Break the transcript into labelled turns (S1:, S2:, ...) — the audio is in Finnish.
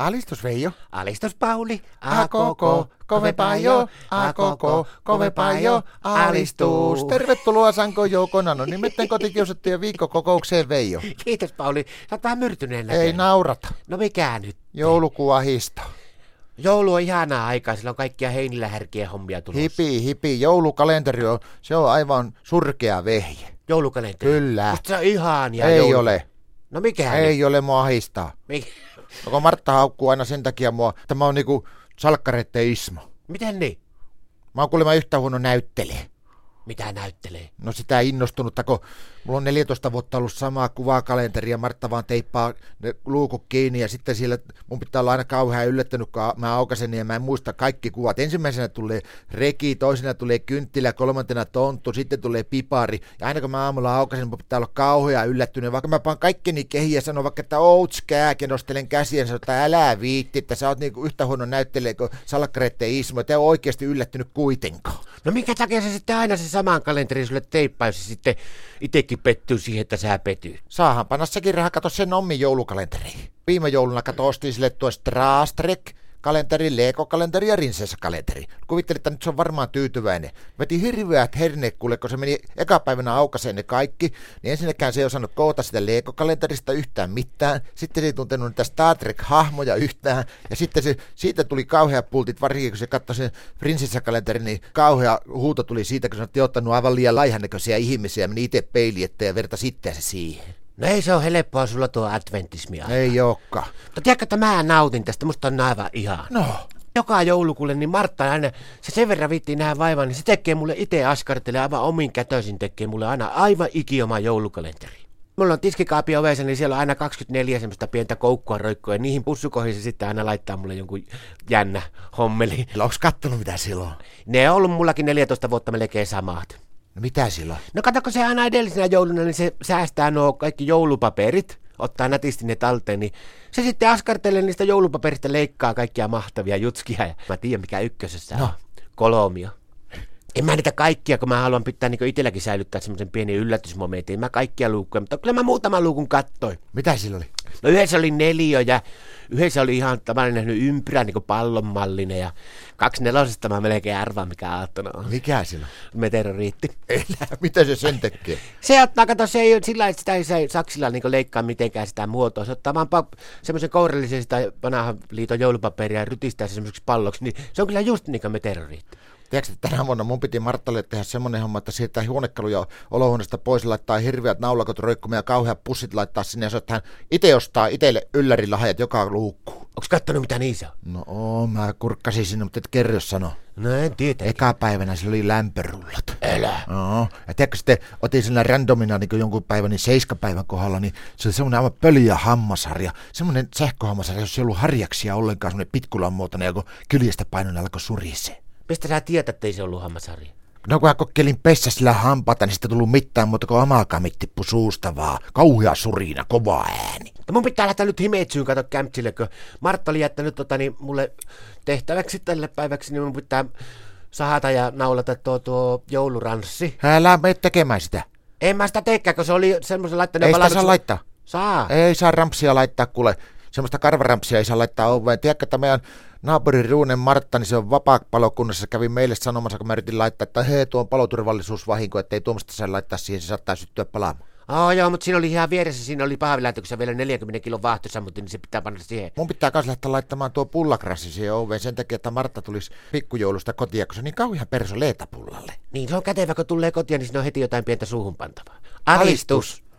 S1: Alistus Veijo.
S2: Alistus Pauli,
S1: A koko, kovempaa jo, a koko, kovempaa jo, alistus. Tervetuloa Sanko Joukona, no nimetten kotikiusattujen viikkokokoukseen Veijo.
S2: Kiitos Pauli, sä oot vähän myrtyneen
S1: Ei
S2: näköinen.
S1: naurata,
S2: No mikä nyt?
S1: joulukuu ahistaa.
S2: Joulu on ihanaa aikaa, silloin on kaikkia heinilähärkiä hommia tullut.
S1: Hipi, hipi, joulukalenteri on, se on aivan surkea vehje.
S2: Joulukalenteri.
S1: Kyllä,
S2: Musta se on ihania
S1: ei
S2: joulu.
S1: ole,
S2: No mikä nyt?
S1: ei ole mua ahistaa.
S2: Mik-
S1: No kun Martta haukkuu aina sen takia mua, että mä oon niinku salkkaretteismo.
S2: Miten niin?
S1: Mä oon kuulemma yhtä huono näyttelijä.
S2: Mitä näyttelee?
S1: No sitä innostunutta, kun mulla on 14 vuotta ollut samaa kuvakalenteri ja Martta vaan teippaa ne luukut kiinni ja sitten siellä mun pitää olla aina kauhean yllättynyt, kun mä aukasen niin ja mä en muista kaikki kuvat. Ensimmäisenä tulee reki, toisena tulee kynttilä, kolmantena tonttu, sitten tulee pipari. Ja aina kun mä aamulla aukasen, mun pitää olla kauhean yllättynyt, vaikka mä paan kaikkeni kehiä ja sanon vaikka, että outs kääk ja nostelen käsiä ja sanon, että älä viitti, että sä oot niinku yhtä huono näyttelijä kuin salkkarette Ismo, että ole oikeasti yllättynyt kuitenkaan.
S2: No minkä takia se sitten aina se samaan kalenteriin sulle teippaa, jos se sitten itekin pettyy siihen, että sä petyt?
S1: Saahan panna sekin raha, kato sen ommin joulukalenteriin. Viime jouluna kato ostin sille tuo Strastrek, kalenteri, Lego-kalenteri ja Rinsessa-kalenteri. Kuvittelin, että nyt se on varmaan tyytyväinen. Veti hirveät herneet kuule, kun se meni ekapäivänä aukaseen ne kaikki, niin ensinnäkään se ei osannut koota sitä Lego-kalenterista yhtään mitään. Sitten se ei tuntenut niitä Star Trek-hahmoja yhtään. Ja sitten se, siitä tuli kauhea pultit, varsinkin kun se katsoi sen prinsessakalenterin, niin kauhea huuto tuli siitä, kun se on ottanut aivan liian laihannäköisiä ihmisiä, meni itse peiliin eteen ja verta sitten se siihen.
S2: No ei se ole helppoa sulla tuo adventismia.
S1: Ei olekaan.
S2: Mutta tiedätkö, että mä nautin tästä, musta on aivan ihan.
S1: No.
S2: Joka joulukuulle, niin Martta aina, se sen verran viitti nähdä vaivaa, niin se tekee mulle itse askartelee aivan omin kätöisin, tekee mulle aina aivan ikioma joulukalenteri. Mulla on tiskikaapi ovessa, niin siellä on aina 24 semmoista pientä koukkua roikkua, ja niihin pussukoihin se sitten aina laittaa mulle jonkun jännä hommeli.
S1: Onko kattonut mitä silloin?
S2: Ne on ollut mullakin 14 vuotta melkein samat.
S1: No mitä silloin?
S2: No kato, kun se aina edellisenä jouluna, niin se säästää nuo kaikki joulupaperit, ottaa nätisti ne talteen, niin se sitten askartelee niistä joulupaperista, leikkaa kaikkia mahtavia jutskia. Ja mä tiedän, mikä ykkösessä no. on. Kolomio. En mä niitä kaikkia, kun mä haluan pitää niin itselläkin säilyttää semmoisen pienen yllätysmomentin. En mä kaikkia luukkuja, mutta kyllä mä muutaman luukun kattoin.
S1: Mitä silloin oli?
S2: No yhdessä oli neljö ja yhdessä oli ihan tämmöinen nähnyt ympyrä niin pallonmallinen ja kaksi nelosesta mä melkein arvaan, mikä aattona on.
S1: No, Mikä silloin?
S2: Meteoriitti.
S1: Elä, mitä se sen tekee?
S2: Se ottaa, kato, se ei ole sillä lailla, että sitä ei saa saksilla niin leikkaa mitenkään sitä muotoa. Se ottaa vaan pa- semmoisen kourallisen sitä vanhan liiton joulupaperia ja rytistää se semmoiseksi palloksi. Niin se on kyllä just niin kuin me terrorit.
S1: Tiedätkö, että tänä vuonna mun piti Marttalle tehdä semmoinen homma, että siirtää huonekaluja olohuoneesta pois, laittaa hirveät naulakot roikkumaan ja kauheat pussit laittaa sinne ja se, että hän itse ostaa itselle yllärillä hajat joka luukku.
S2: Onko kattonut mitä niissä on?
S1: No oo, mä kurkkasin sinne, mutta et kerro sano.
S2: No en tiedä.
S1: Eka päivänä sillä oli lämpörullat.
S2: Älä.
S1: Joo. Ja tiedätkö sitten, otin sillä randomina niin jonkun päivän, niin seiskapäivän kohdalla, niin se oli semmoinen aivan pöliä hammasharja. Semmoinen sähköhammasharja, jos ei ollut harjaksia ollenkaan, semmoinen pitkulan muotoinen, ja kun kyljestä painoin alkoi surise.
S2: Mistä sä tiedät, että ei se ollut hammasharja?
S1: No kun mä kokeilin pessä sillä hampaata, niin sitä ei tullut mitään, mutta kun amalkamit tippu suusta vaan. Kauhea surina, kova ääni.
S2: Mutta mun pitää lähteä nyt himeetsyyn kato kämtsille, kun Martta oli jättänyt tota, niin mulle tehtäväksi tälle päiväksi, niin mun pitää sahata ja naulata tuo, tuo jouluranssi.
S1: Älä mene tekemään sitä.
S2: En mä sitä teekään, kun se oli semmoisen laittanut
S1: ei sitä saa
S2: valmiiksi-
S1: laittaa.
S2: Saa.
S1: Ei saa rampsia laittaa, kuule. Semmoista karvarampsia ei saa laittaa oveen. Tiedätkö, että meidän naapurin Ruunen Martta, niin se on vapaa-palokunnassa, kävi meille sanomassa, kun mä yritin laittaa, että hei, tuo on paloturvallisuusvahinko, että ei tuommoista saa laittaa siihen, se saattaa syttyä palaamaan.
S2: Oh, joo, mutta siinä oli ihan vieressä, siinä oli pahvilaitoksessa vielä 40 kilon vaahtosammutin, niin se pitää panna siihen.
S1: Mun pitää myös lähteä laittamaan tuo pullakrassi siihen oveen sen takia, että Martta tulisi pikkujoulusta kotiin, kun se on niin kauhean perso leetapullalle.
S2: Niin, se on kätevä, kun tulee kotiin, niin siinä on heti jotain pientä suuhun pantavaa.
S1: Alistus.
S2: Alistus.